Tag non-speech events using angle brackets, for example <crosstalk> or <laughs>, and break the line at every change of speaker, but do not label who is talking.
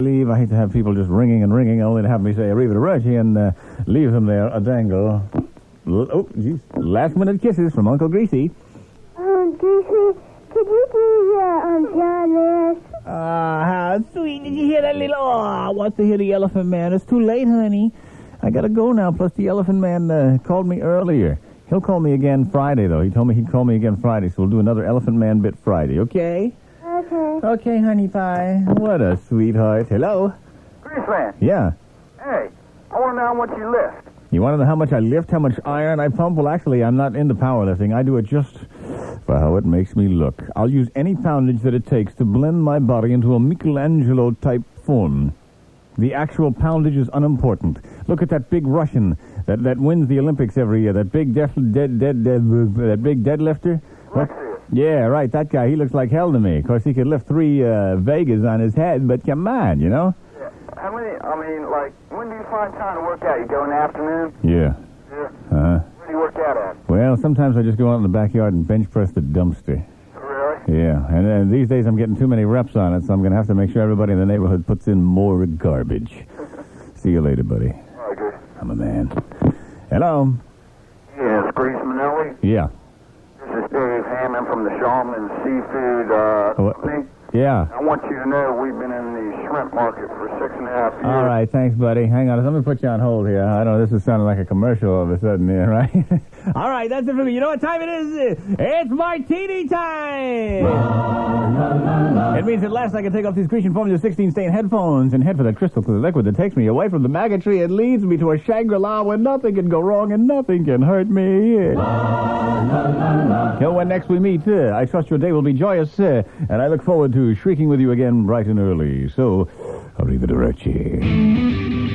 leave. I hate to have people just ringing and ringing, only to have me say arriva to Reggie and uh, leave them there a dangle. L- oh, geez. Last minute kisses from Uncle Greasy.
Um, Greasy, could you do your um, John Mayer?
Ah, how sweet. Did you hear that little... Oh,
"Ah,
I want to hear the Elephant Man. It's too late, honey.
I gotta go now. Plus, the Elephant Man uh, called me earlier. He'll call me again Friday, though. He told me he'd call me again Friday, so we'll do another Elephant Man bit Friday, okay?
Okay.
Okay, honey pie.
What a sweetheart. Hello?
Greaseland,
Yeah.
hey, I want to know how much you lift.
You want to know how much I lift, how much iron I pump? Well, actually, I'm not into powerlifting. I do it just for how it makes me look. I'll use any poundage that it takes to blend my body into a Michelangelo type form. The actual poundage is unimportant. Look at that big Russian that, that wins the Olympics every year. That big def, dead, dead, dead, that big deadlifter. What-
Alexia.
Yeah, right. That guy. He looks like hell to me. Of course, he could lift three uh, Vegas on his head, but come on, you know.
Yeah. How many, I mean, like, when do you find time to work out? You go in the afternoon?
Yeah.
Yeah.
Uh-huh.
Where do you work out at?
Well, sometimes I just go out in the backyard and bench press the dumpster.
Really?
Yeah, and uh, these days I'm getting too many reps on it, so I'm going to have to make sure everybody in the neighborhood puts in more garbage. See you later, buddy.
All right, good.
I'm a man. Hello.
Yes, Grease Manelli.
Yeah.
This is Dave Hammond from the Shawman Seafood uh,
Hello.
Company.
Yeah.
I want you to know we've been in the shrimp market for six and a half years.
All right, thanks, buddy. Hang on, let me put you on hold here. I know this is sounding like a commercial all of a sudden here, <laughs> right? all right, that's it for me. You know what time it is? It's martini time! It means at last I can take off these Grecian Formula 16 stain headphones and head for that crystal clear liquid that takes me away from the maggotry and leads me to a Shangri-La where nothing can go wrong and nothing can hurt me. Till when next we meet, uh, I trust your day will be joyous, uh, and I look forward to shrieking with you again bright and early. So, arrivederci.